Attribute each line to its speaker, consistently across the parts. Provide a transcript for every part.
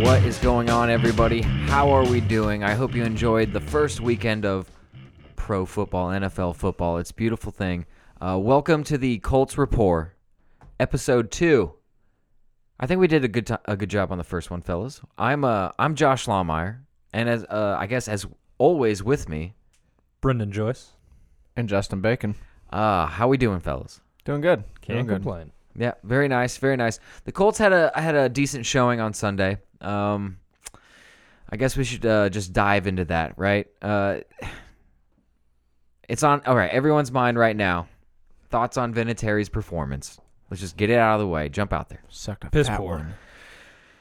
Speaker 1: What is going on, everybody? How are we doing? I hope you enjoyed the first weekend of pro football, NFL football. It's a beautiful thing. Uh, welcome to the Colts Rapport, episode two. I think we did a good to- a good job on the first one, fellas. I'm uh I'm Josh Lawmeyer, and as uh, I guess as always with me,
Speaker 2: Brendan Joyce.
Speaker 3: And Justin Bacon.
Speaker 1: uh, how we doing, fellas?
Speaker 3: Doing good.
Speaker 2: Can't
Speaker 3: doing
Speaker 2: complain.
Speaker 1: Yeah, very nice, very nice. The Colts had a had a decent showing on Sunday. Um, I guess we should uh, just dive into that, right? Uh, it's on. All right, everyone's mind right now. Thoughts on Vinatieri's performance? Let's just get it out of the way. Jump out there.
Speaker 3: Good. Sucked a
Speaker 2: Piss
Speaker 3: fat
Speaker 2: poor.
Speaker 3: one.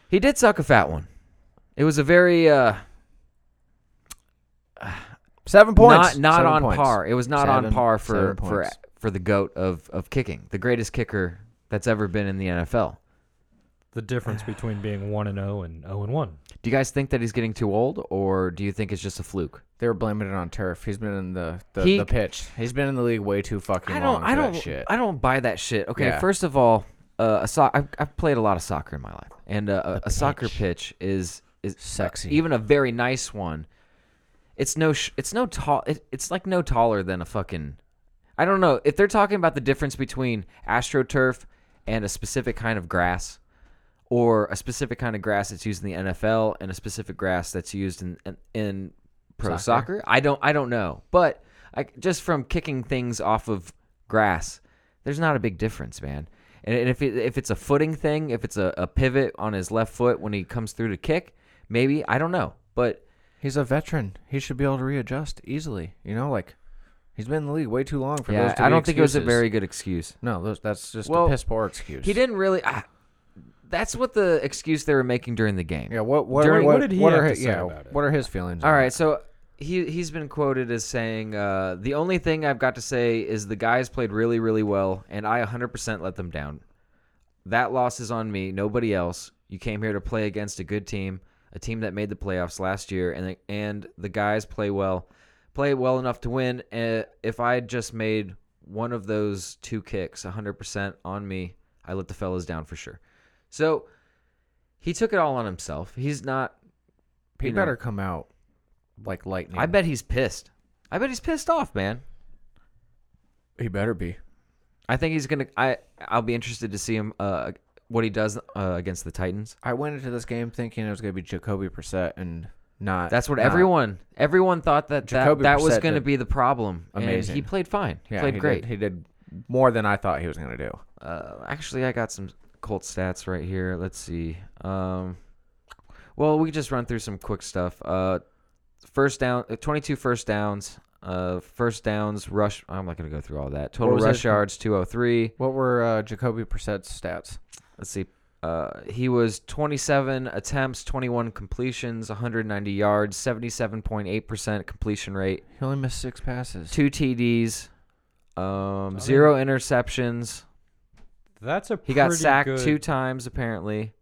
Speaker 1: He did suck a fat one. It was a very uh,
Speaker 3: Seven points.
Speaker 1: Not, not
Speaker 3: Seven
Speaker 1: on
Speaker 3: points.
Speaker 1: par. It was not on
Speaker 3: Seven-
Speaker 1: par for
Speaker 3: seven
Speaker 1: for
Speaker 3: points.
Speaker 1: for the goat of of kicking, the greatest kicker that's ever been in the NFL.
Speaker 2: The difference between being one and zero and zero and one.
Speaker 1: Do you guys think that he's getting too old, or do you think it's just a fluke?
Speaker 3: They were blaming it on turf. He's been in the the,
Speaker 1: He-
Speaker 3: the pitch. He's been in the league way too fucking
Speaker 1: I don't.
Speaker 3: long.
Speaker 1: I
Speaker 3: for that
Speaker 1: don't.
Speaker 3: shit.
Speaker 1: I don't buy that shit. Okay.
Speaker 3: Yeah.
Speaker 1: First of all, uh, a so- I've, I've played a lot of soccer in my life, and uh, a, a soccer pitch is is uh,
Speaker 3: Sexy.
Speaker 1: even a very nice one, it's no. Sh- it's no tall. It, it's like no taller than a fucking. I don't know if they're talking about the difference between astroturf and a specific kind of grass, or a specific kind of grass that's used in the NFL and a specific grass that's used in in, in pro soccer. I don't. I don't know, but I, just from kicking things off of grass, there's not a big difference, man. And, and if it, if it's a footing thing, if it's a, a pivot on his left foot when he comes through to kick, maybe I don't know, but
Speaker 3: he's a veteran. He should be able to readjust easily. You know, like he's been in the league way too long for
Speaker 1: yeah,
Speaker 3: those. To
Speaker 1: I
Speaker 3: be
Speaker 1: don't think it was a
Speaker 3: excuses.
Speaker 1: very good excuse.
Speaker 3: No, those, that's just
Speaker 1: Well,
Speaker 3: a piss poor excuse.
Speaker 1: He didn't really. ah, that's what the excuse they were making during the game.
Speaker 3: Yeah. What? What?
Speaker 2: During-
Speaker 3: what,
Speaker 2: what did he
Speaker 3: are
Speaker 2: have
Speaker 3: his,
Speaker 2: to say
Speaker 3: yeah,
Speaker 2: about it?
Speaker 3: What are his feelings?
Speaker 1: All
Speaker 3: on
Speaker 1: right,
Speaker 3: it?
Speaker 1: so he he's been quoted as saying, uh, "The only thing I've got to say is the guys played really, really well, and I 100% let them down. That loss is on me, nobody else. You came here to play against a good team, a team that made the playoffs last year, and the, and the guys play well, play well enough to win. Uh, if I had just made one of those two kicks, 100% on me, I let the fellas down for sure. So." He took it all on himself. He's not
Speaker 3: He
Speaker 1: you know-
Speaker 3: better come out like lightning.
Speaker 1: I bet he's pissed. I bet he's pissed off, man.
Speaker 3: he better be.
Speaker 1: I think he's gonna. I I'll be interested to see him. Uh, what he does uh, against the Titans.
Speaker 3: I went into this game thinking it was going to be Jacoby Brissett and not.
Speaker 1: That's what
Speaker 3: not-
Speaker 1: everyone everyone thought that that,
Speaker 3: Jacoby
Speaker 1: that was
Speaker 3: Brissett
Speaker 1: gonna
Speaker 3: did
Speaker 1: be the problem. And he
Speaker 3: amazing.
Speaker 1: played fine.
Speaker 3: Yeah,
Speaker 1: played
Speaker 3: he
Speaker 1: great.
Speaker 3: Did, he did more than I thought he was going to do.
Speaker 1: Uh, actually, I got some Colt stats right here. Let's see. Um, well, we just run through some quick stuff. Uh, first down, uh, 22 first downs. Uh, first downs rush. I'm not gonna go through all that. Total
Speaker 3: was that?
Speaker 1: rush yards 203.
Speaker 3: What were uh, Jacoby Brissett's stats?
Speaker 1: let's see. Uh, he was 27 attempts, 21 completions, 190 yards, 77.8% completion rate,
Speaker 3: He only missed six passes.
Speaker 1: two TDs, um, zero interceptions.
Speaker 2: That's a
Speaker 1: He got
Speaker 2: pretty
Speaker 1: sacked
Speaker 2: good-
Speaker 1: two times apparently.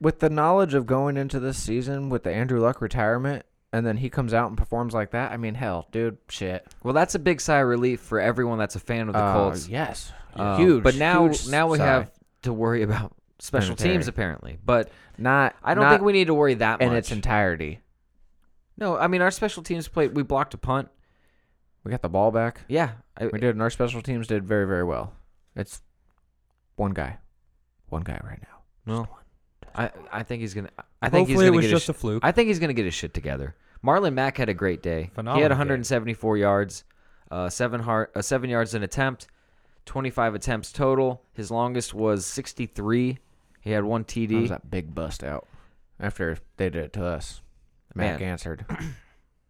Speaker 3: With the knowledge of going into this season with the Andrew Luck retirement, and then he comes out and performs like that. I mean, hell, dude, shit.
Speaker 1: Well, that's a big sigh of relief for everyone that's a fan of the
Speaker 3: Uh,
Speaker 1: Colts.
Speaker 3: yes,
Speaker 1: Uh,
Speaker 3: huge.
Speaker 1: But now,
Speaker 3: huge
Speaker 1: now we
Speaker 3: sigh.
Speaker 1: have to worry about special teams
Speaker 3: Planetary.
Speaker 1: apparently. But
Speaker 3: not.
Speaker 1: I don't
Speaker 3: not
Speaker 1: think we need to worry that
Speaker 3: in
Speaker 1: much.
Speaker 3: its entirety.
Speaker 1: no, I mean our special teams played. We blocked a punt.
Speaker 3: We got the ball back.
Speaker 1: Yeah, I,
Speaker 3: We did, and our special teams did very, very well. It's one guy, one guy right now.
Speaker 1: no. I I think he's gonna. I think he's
Speaker 2: Hopefully,
Speaker 1: gonna
Speaker 2: it was
Speaker 1: get his
Speaker 2: just a fluke.
Speaker 1: I think he's going to get his shit together. Marlon Mack had a great day. he
Speaker 2: Phenomenal
Speaker 1: had
Speaker 2: game.
Speaker 1: 174 yards, uh, seven heart, uh, seven yards an attempt, 25 attempts total. His longest was 63. He had one
Speaker 3: How was
Speaker 1: TD.
Speaker 3: that big bust out after they did it to us? Mac
Speaker 1: Man.
Speaker 3: answered.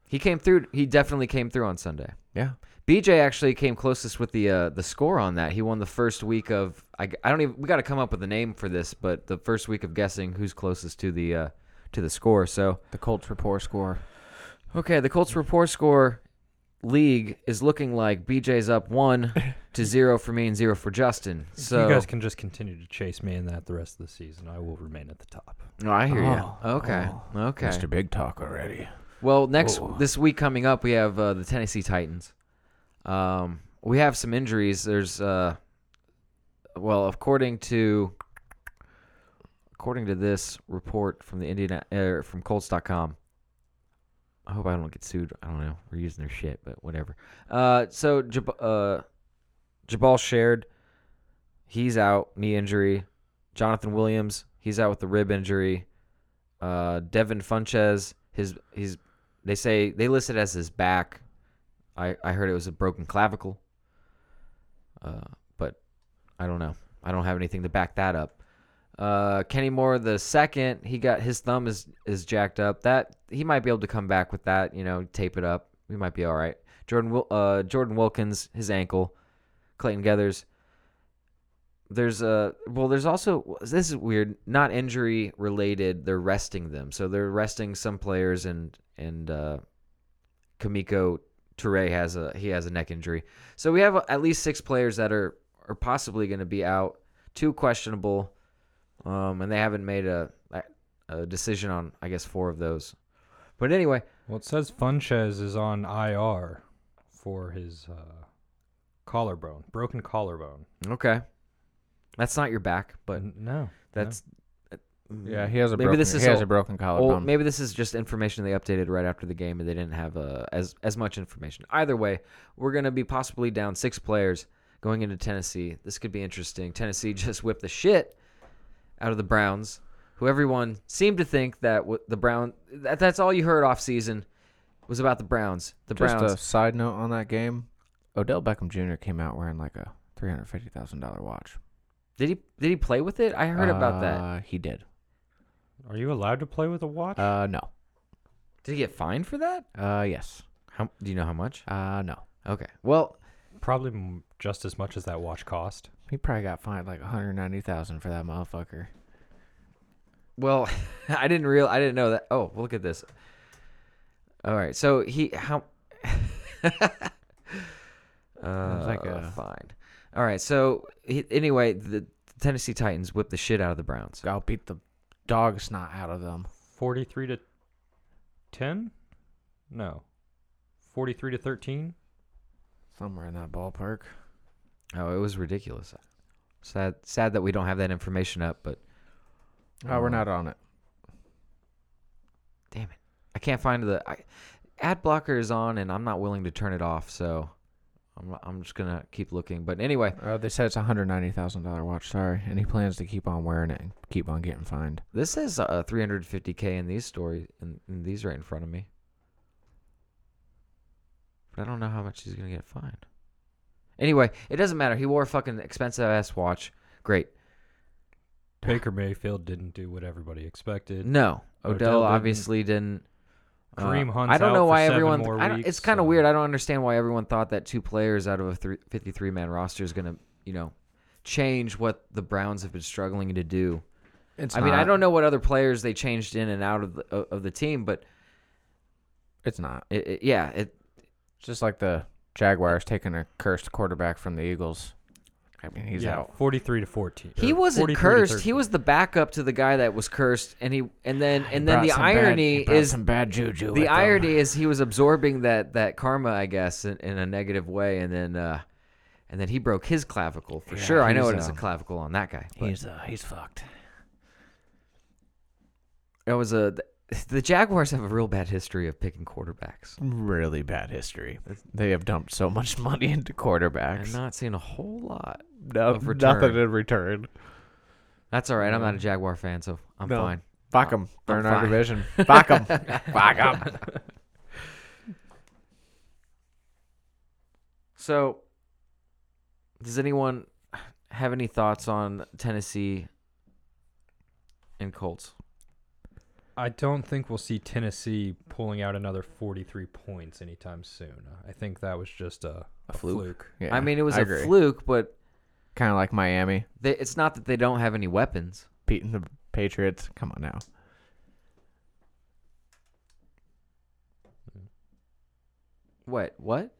Speaker 1: He came through. He definitely came through on Sunday.
Speaker 3: Yeah.
Speaker 1: BJ actually came closest with the uh, the score on that. He won the first week of I, I don't even we got to come up with a name for this, but the first week of guessing who's closest to the uh, to the score. So
Speaker 3: The Colts rapport score.
Speaker 1: Okay, the Colts report score league is looking like BJ's up one to zero for me and zero for Justin. So
Speaker 2: you guys can just continue to chase me in that the rest of the season. I will remain at the top.
Speaker 1: no, I hear you.
Speaker 3: Oh,
Speaker 1: Okay,
Speaker 3: oh,
Speaker 1: okay.
Speaker 3: Mr. Big Talk already.
Speaker 1: Well, next
Speaker 3: Whoa.
Speaker 1: this week coming up, we have uh, the Tennessee Titans. Um, we have some injuries. There's uh, well, according to according to this report from the Indiana er, from Colts.com, I hope I don't get sued. I don't know. We're using their shit, but whatever. Uh, so Jab- uh, Jabal shared, he's out knee injury. Jonathan Williams, he's out with the rib injury. Uh, Devin Funches, his his, they say they listed as his back. I I heard it was a broken clavicle. Uh, but I don't know. I don't have anything to back that up. Uh, Kenny Moore the second, he got his thumb is is jacked up. That he might be able to come back with that. You know, tape it up. We might be all right. Jordan Wil- uh, Jordan Wilkins his ankle. Clayton Gathers. There's a well. There's also this is weird. Not injury related. They're resting them, so they're resting some players and and uh, Kamiko Toure has a he has a neck injury. So we have at least six players that are are possibly going to be out. Two questionable, um, and they haven't made a a decision on I guess four of those. But anyway,
Speaker 2: Well, it says Funches is on IR for his uh, collarbone, broken collarbone.
Speaker 1: okay, that's not your back, but
Speaker 2: N- no,
Speaker 1: that's
Speaker 3: Yeah, he has a
Speaker 1: Maybe
Speaker 3: broken,
Speaker 1: this is
Speaker 3: he has
Speaker 1: all-
Speaker 3: a broken collarbone.
Speaker 1: Well, maybe this is just information they updated right after the game, and they didn't have uh, as as much information. Either way, we're going to be possibly down six players going into Tennessee. This could be interesting. Tennessee just whipped the shit out of the Browns, who everyone seemed to think that w- the Brown that, that's all you heard off season was about the Browns. The
Speaker 3: Just
Speaker 1: Browns.
Speaker 3: a side note on that game, Odell Beckham Jr. came out wearing like a three hundred fifty thousand dollar watch.
Speaker 1: did he did he play with it? I heard about that.
Speaker 3: Uh, He did.
Speaker 2: Are you allowed to play with a watch?
Speaker 3: Uh, no.
Speaker 1: Did he get fined for that?
Speaker 3: Uh, yes.
Speaker 1: How do you know how much?
Speaker 3: Uh, no.
Speaker 1: Okay. Well,
Speaker 2: Probably m- just as much as that watch cost.
Speaker 3: He probably got fined like one hundred ninety thousand for that motherfucker.
Speaker 1: Well, I didn't real I didn't know that. Oh, look at this. All right, so he how? uh,
Speaker 3: like a-
Speaker 1: fine. All right, so he, anyway, the Tennessee Titans whipped the shit out of the Browns.
Speaker 3: I'll beat the dog snot out of them.
Speaker 2: 43 to 10? No. 43 to 13?
Speaker 3: Somewhere in that ballpark.
Speaker 1: Oh, it was ridiculous. Sad, sad that we don't have that information up, but
Speaker 3: Oh, we're not on it.
Speaker 1: damn it, I can't find the I, ad blocker is on, and I'm not willing to turn it off. So I'm I'm just gonna keep looking. But anyway,
Speaker 3: Uh, they said it's a hundred ninety thousand dollar watch. Sorry, and he plans to keep on wearing it and keep on getting fined.
Speaker 1: This is uh, 350k in these stories, in, in these right in front of me. But I don't know how much he's gonna get fined. Anyway, it doesn't matter. He wore a fucking expensive ass watch. Great.
Speaker 2: Baker Mayfield didn't do what everybody expected.
Speaker 1: No, Odell,
Speaker 2: Odell didn't.
Speaker 1: obviously didn't. Uh,
Speaker 2: Kareem Hunt's
Speaker 1: I don't
Speaker 2: out
Speaker 1: know
Speaker 2: for
Speaker 1: why
Speaker 2: seven
Speaker 1: everyone.
Speaker 2: more
Speaker 1: I don't- it's
Speaker 2: weeks,
Speaker 1: kind of
Speaker 2: so-
Speaker 1: weird. I don't understand why everyone thought that two players out of a three, 53 man roster is gonna, you know, change what the Browns have been struggling to do.
Speaker 3: It's
Speaker 1: I mean, I
Speaker 3: not.
Speaker 1: don't know what other players they changed in and out of the, of of the team, but
Speaker 3: It's not.
Speaker 1: it, it, yeah, it
Speaker 3: It's just like the Jaguars taking a cursed quarterback from the Eagles. I mean, he's
Speaker 2: yeah,
Speaker 3: out.
Speaker 2: 43 to 14.
Speaker 1: He
Speaker 2: or
Speaker 1: wasn't
Speaker 2: 43 to
Speaker 1: cursed. He
Speaker 2: 13.
Speaker 1: was the backup to the guy that was cursed, and he and then and then
Speaker 3: Ah, Brought
Speaker 1: the
Speaker 3: some bad-
Speaker 1: irony
Speaker 3: brought
Speaker 1: is
Speaker 3: some bad juju. with
Speaker 1: the
Speaker 3: them.
Speaker 1: irony is he was absorbing that that karma, I guess, in, in a negative way, and then uh, and then he broke his clavicle for
Speaker 3: Yeah,
Speaker 1: sure. I know
Speaker 3: he's,
Speaker 1: it is a
Speaker 3: um,
Speaker 1: clavicle on that guy. But
Speaker 3: He's uh, he's fucked.
Speaker 1: it was a the Jaguars have a real bad history of picking quarterbacks.
Speaker 3: Really bad history. They have dumped so much money into
Speaker 1: I'm
Speaker 3: quarterbacks.
Speaker 1: not seeing a whole lot.
Speaker 3: No,
Speaker 1: of return.
Speaker 3: in return.
Speaker 1: That's all right. I'm not a Jaguar fan, so I'm
Speaker 3: No.
Speaker 1: fine.
Speaker 3: Fuck them. Burn our
Speaker 1: fine.
Speaker 3: division. Fuck them. Fuck them.
Speaker 1: So, does anyone have any thoughts on Tennessee and Colts?
Speaker 2: I don't think we'll see Tennessee pulling out another 43 points anytime soon. I think that was just a,
Speaker 3: A fluke?
Speaker 1: I mean, it was
Speaker 3: a
Speaker 1: a fluke, but
Speaker 3: Kind of like Miami
Speaker 1: they, it's not that they don't have any weapons.
Speaker 3: beating the Patriots. Come on now.
Speaker 1: What? What?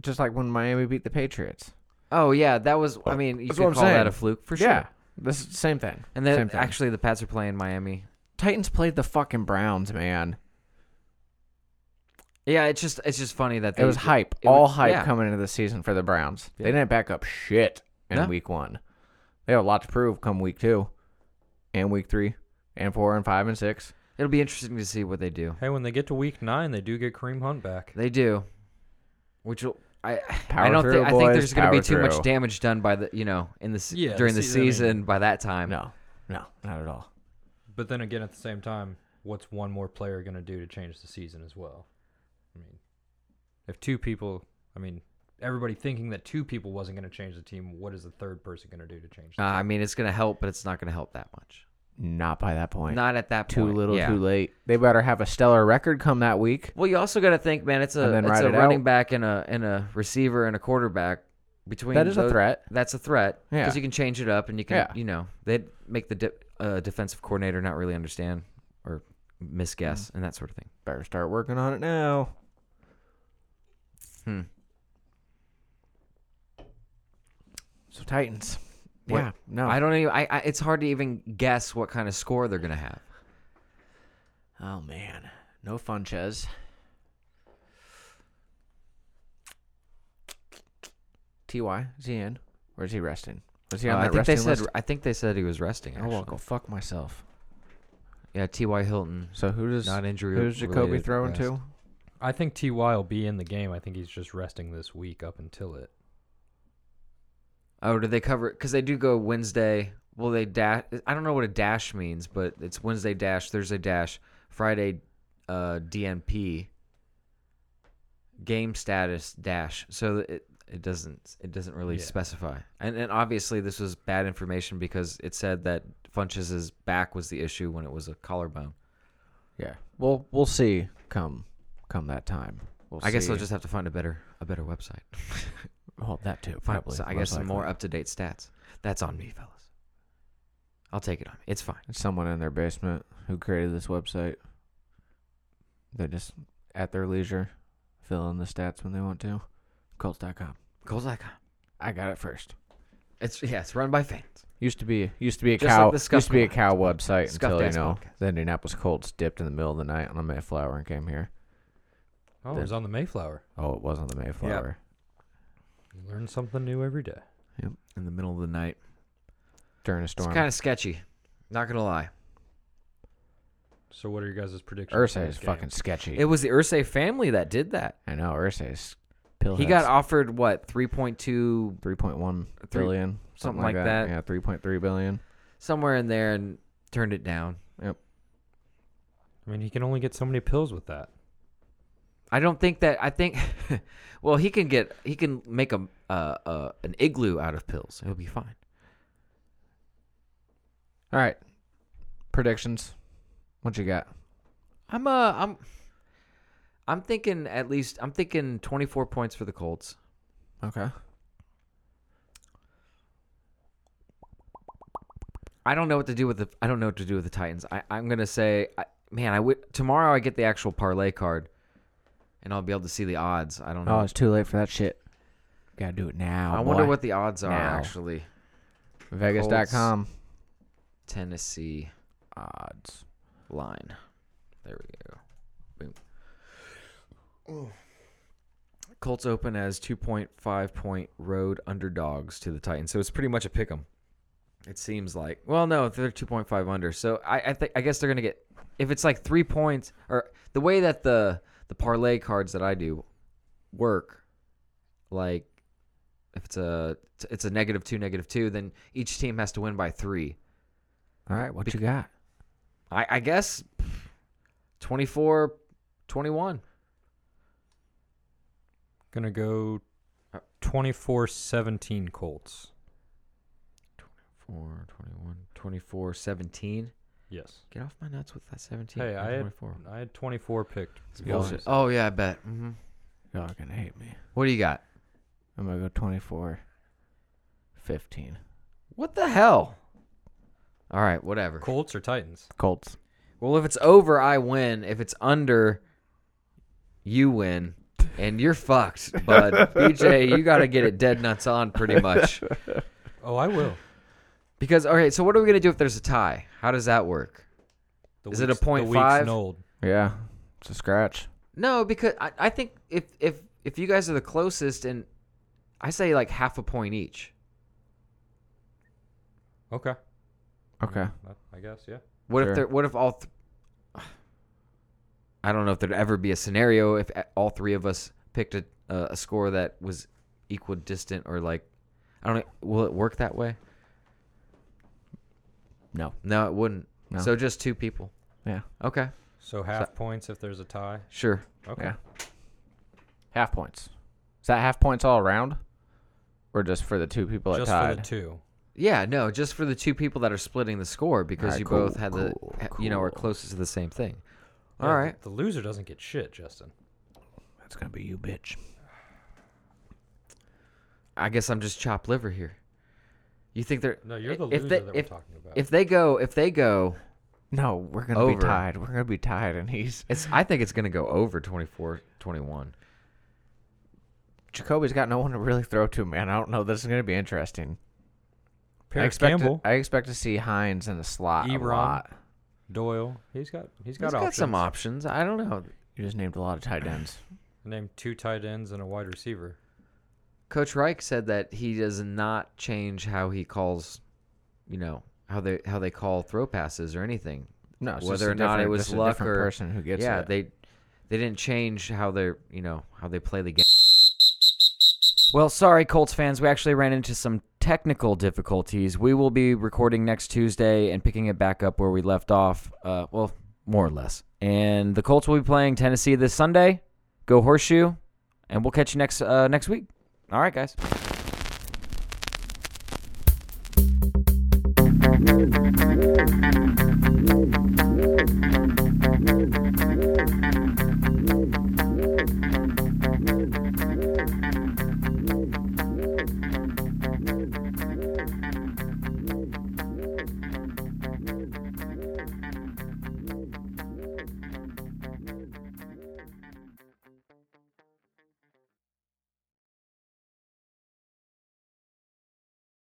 Speaker 3: Just like when Miami beat the Patriots.
Speaker 1: Oh yeah, that was. I mean, you
Speaker 3: That's
Speaker 1: could
Speaker 3: what
Speaker 1: call
Speaker 3: I'm
Speaker 1: that
Speaker 3: saying.
Speaker 1: a fluke for sure.
Speaker 3: yeah. This is the same thing.
Speaker 1: And then
Speaker 3: Same thing.
Speaker 1: actually, the Pats are playing Miami.
Speaker 3: Titans played the fucking Browns, man.
Speaker 1: Yeah, it's just it's just funny that they,
Speaker 3: It was hype.
Speaker 1: it
Speaker 3: All
Speaker 1: was-
Speaker 3: hype
Speaker 1: yeah.
Speaker 3: coming into the season for the Browns.
Speaker 1: Yeah.
Speaker 3: They didn't back up shit in
Speaker 1: No.
Speaker 3: week one. They have a lot to prove come week two. and week three and four and five and six.
Speaker 1: It'll be interesting to see what they do.
Speaker 2: Hey, when they get to week nine, they do get Kareem Hunt back.
Speaker 1: They do, which will, I
Speaker 3: Power
Speaker 1: I don't
Speaker 3: through,
Speaker 1: think I think
Speaker 3: boys,
Speaker 1: there's going to be
Speaker 3: power
Speaker 1: too much
Speaker 3: through.
Speaker 1: damage done by the you know in the se-
Speaker 2: Yeah, the
Speaker 1: during the
Speaker 2: season, I mean-
Speaker 1: season by that time.
Speaker 3: No, no, not at all.
Speaker 2: But then again, at the same time, what's one more player going to do to change the season as well? I mean, if two people, I mean, everybody thinking that two people wasn't going to change the team, what is the third person going to do to change
Speaker 1: Uh,
Speaker 2: the
Speaker 1: I mean it's going to help, but it's not going to help that much.
Speaker 3: Not by that point.
Speaker 1: Not at that
Speaker 3: too
Speaker 1: point.
Speaker 3: little,
Speaker 1: yeah.
Speaker 3: too late. They better have a stellar record come that week.
Speaker 1: Well, you also got to think, man. It's a
Speaker 3: And then
Speaker 1: it's
Speaker 3: ride
Speaker 1: a
Speaker 3: it
Speaker 1: running
Speaker 3: out.
Speaker 1: back and a and a receiver and a quarterback between.
Speaker 3: That is a
Speaker 1: those-
Speaker 3: threat.
Speaker 1: That's a threat
Speaker 3: Yeah.
Speaker 1: because you can change it up and you can
Speaker 3: Yeah.
Speaker 1: you know they would make the de- uh, defensive coordinator not really understand or misguess
Speaker 3: Mm.
Speaker 1: and that sort of thing.
Speaker 3: Better start working on it now.
Speaker 1: Hmm.
Speaker 3: So Titans.
Speaker 1: What-
Speaker 3: Yeah. No.
Speaker 1: I don't even. I, I it's hard to even guess what kind of score they're gonna have.
Speaker 3: oh man. No fun, Chez. Ty is he in? Or is he resting? Was he
Speaker 1: Uh,
Speaker 3: on
Speaker 1: I
Speaker 3: that
Speaker 1: think they
Speaker 3: resting
Speaker 1: said.
Speaker 3: list?
Speaker 1: I think they said he was resting.
Speaker 3: Oh,
Speaker 1: Actually.
Speaker 3: well, go fuck myself.
Speaker 1: Yeah, T. Y. Hilton,
Speaker 3: So who does
Speaker 1: not injury.
Speaker 3: who's Jacoby
Speaker 1: related uh,
Speaker 3: throwing
Speaker 1: rest.
Speaker 3: to?
Speaker 2: I think Ty will be in the game. I think he's just resting this week up until it.
Speaker 1: Oh, do they cover? Because they do go Wednesday. Well, they dash. I don't know what a dash means, but it's Wednesday dash, Thursday dash, Friday uh, DNP, game status dash. So it it doesn't it doesn't really
Speaker 2: Yeah.
Speaker 1: specify. And and obviously this was bad information because it said that Funches's back was the issue when it was a collarbone.
Speaker 3: Yeah. Well, we'll see. Come, come that time. We'll
Speaker 1: I guess
Speaker 3: see.
Speaker 1: I'll just have to find a better a better website.
Speaker 3: well that too.
Speaker 1: Fine.
Speaker 3: Probably.
Speaker 1: So I
Speaker 3: most
Speaker 1: guess some
Speaker 3: likely.
Speaker 1: more up to date stats. That's on me, fellas. I'll take it on me. It's fine.
Speaker 3: It's someone in their basement who created this website. They just at their leisure fill in the stats when they want to. Colts.com.
Speaker 1: Colts.com.
Speaker 3: I got it first.
Speaker 1: It's yeah, it's run by fans.
Speaker 3: Used to be used to be a
Speaker 1: Just like
Speaker 3: cow
Speaker 1: the
Speaker 3: used
Speaker 1: Scuffed
Speaker 3: to be a
Speaker 1: Podcast.
Speaker 3: cow website
Speaker 1: Scuffed
Speaker 3: until you
Speaker 1: Ass
Speaker 3: know
Speaker 1: Podcast.
Speaker 3: the Indianapolis Colts dipped in the middle of the night on a Mayflower and came here.
Speaker 2: Oh,
Speaker 3: Then-
Speaker 2: it was on the Mayflower.
Speaker 3: Oh, it was on the Mayflower.
Speaker 2: You learn something new every day.
Speaker 1: In the middle of the night.
Speaker 3: During a
Speaker 1: It's
Speaker 3: storm.
Speaker 1: kind of sketchy. Not gonna lie.
Speaker 2: So, what are your guys' predictions? for
Speaker 3: Ursay
Speaker 2: this
Speaker 3: is
Speaker 2: game?
Speaker 3: fucking sketchy.
Speaker 1: It was the Ursay family that did that.
Speaker 3: I know Ursay is pill
Speaker 1: He got offered what 3.2
Speaker 3: three point one
Speaker 1: Three-
Speaker 3: billion,
Speaker 1: something like that.
Speaker 3: Yeah, three point three billion.
Speaker 1: somewhere in there and turned it down.
Speaker 2: I mean, he can only get so many pills with that.
Speaker 1: I don't think that I think well, he can get he can make a uh, uh, an igloo out of pills. He'll be fine.
Speaker 3: All right, predictions. What you got?
Speaker 1: I'm uh I'm I'm thinking at least I'm thinking 24 points for the Colts.
Speaker 3: Okay.
Speaker 1: I don't know what to do with the I don't know what to do with the Titans. I I'm gonna say, I, man, I would tomorrow I get the actual parlay card, and I'll be able to see the odds. I don't know.
Speaker 3: Oh, it's too late for that shit. Gotta do it now.
Speaker 1: Uh-huh. I wonder
Speaker 3: boy.
Speaker 1: what the odds are
Speaker 3: Now.
Speaker 1: actually.
Speaker 3: Vegas.com
Speaker 1: Tennessee
Speaker 3: odds.
Speaker 1: line. There we go. Boom. Colts open as 2.5 point road underdogs to the Titans, so it's pretty much a pick 'em. It seems like. Well, no, they're 2.5 under, so I I, think I guess they're gonna get if it's like three points or the way that the the parlay cards that I do work, like if it's a it's a negative two negative two, then each team has to win by three.
Speaker 3: All right, what you got?
Speaker 1: I, I guess 24 21.
Speaker 2: Gonna go 24 17 Colts.
Speaker 1: 4, 21, 24 17.
Speaker 2: Yes.
Speaker 1: Get off my nuts with that 17.
Speaker 2: Hey,
Speaker 1: not
Speaker 2: I had,
Speaker 1: 24.
Speaker 2: I had 24 picked.
Speaker 1: Bullshit. Oh, yeah, I bet. hmm
Speaker 3: Y'all gonna hate me.
Speaker 1: What do you got?
Speaker 3: I'm gonna go 24, 15.
Speaker 1: What the hell? All right, whatever.
Speaker 2: Colts or Titans?
Speaker 3: Colts.
Speaker 1: Well, if it's over, I win. If it's under, you win. And you're fucked, bud. BJ, you got to get it dead nuts on pretty much.
Speaker 2: Oh, I will.
Speaker 1: Because, all right, so what are we going to do if there's a tie? How does that work?
Speaker 2: The
Speaker 1: Is it a
Speaker 2: week's- the
Speaker 1: point
Speaker 2: week's
Speaker 1: five?
Speaker 2: Nulled.
Speaker 3: Yeah, it's a scratch.
Speaker 1: No, because I, I think if if if you guys are the closest, and I say like half a point each.
Speaker 2: Okay. Mm,
Speaker 3: Okay.
Speaker 2: That- I guess, yeah.
Speaker 1: What
Speaker 3: Sure.
Speaker 1: if there? What if all? Th- I don't know if there'd ever be a scenario if a- all three of us picked a uh, a score that was equidistant or like, I don't. know. Will it work that way?
Speaker 3: No.
Speaker 1: No, it wouldn't.
Speaker 3: No.
Speaker 1: So just two people.
Speaker 3: Yeah.
Speaker 1: Okay.
Speaker 2: So half points if there's a tie.
Speaker 1: Sure.
Speaker 2: Okay.
Speaker 3: Yeah. Half points. Is that half points all around, or just for the two people that
Speaker 2: Just
Speaker 3: tied?
Speaker 2: for the two.
Speaker 1: Yeah. No, just for the two people that are splitting the score because
Speaker 3: Alright,
Speaker 1: you
Speaker 3: cool,
Speaker 1: both had the
Speaker 3: cool,
Speaker 1: ha- you know are
Speaker 3: cool.
Speaker 1: closest to the same thing.
Speaker 2: Yeah,
Speaker 1: All right.
Speaker 2: The loser doesn't get shit, Justin.
Speaker 3: That's gonna be you, bitch.
Speaker 1: I guess I'm just chopped liver here. You think they're
Speaker 2: No, you're
Speaker 1: i-
Speaker 2: the
Speaker 1: if
Speaker 2: loser
Speaker 1: they- if-
Speaker 2: that we're talking about.
Speaker 1: if they go if they go
Speaker 3: No, we're gonna
Speaker 1: Over.
Speaker 3: be tied. We're gonna be tied, and he's
Speaker 1: It's. I think it's going to go over 24, 21.
Speaker 3: Jacoby's got no one to really throw to, man. I don't know. This is gonna be interesting. I
Speaker 2: Paris
Speaker 3: expect
Speaker 2: Campbell,
Speaker 3: To, I expect to see Hines in the slot a
Speaker 2: Ebron.
Speaker 3: lot.
Speaker 2: Doyle, he's got he's got
Speaker 1: He's got
Speaker 2: options.
Speaker 1: some options. I don't know.
Speaker 3: You just named a lot of tight ends.
Speaker 2: Name two tight ends and a wide receiver.
Speaker 1: Coach Reich said that he does not change how he calls, you know, how they how they call throw passes or anything.
Speaker 3: No, it's just
Speaker 1: Whether
Speaker 3: a
Speaker 1: or not it
Speaker 3: different-
Speaker 1: was
Speaker 3: just a
Speaker 1: luck
Speaker 3: different
Speaker 1: or
Speaker 3: person who gets
Speaker 1: yeah,
Speaker 3: it.
Speaker 1: they they didn't change how they're you know how they play the game. Well, sorry, Colts fans. We actually ran into some technical difficulties. We will be recording next Tuesday and picking it back up where we left off. Uh, well, more or less. And the Colts will be playing Tennessee this Sunday. Go horseshoe, and we'll catch you next uh, next week. All right, guys.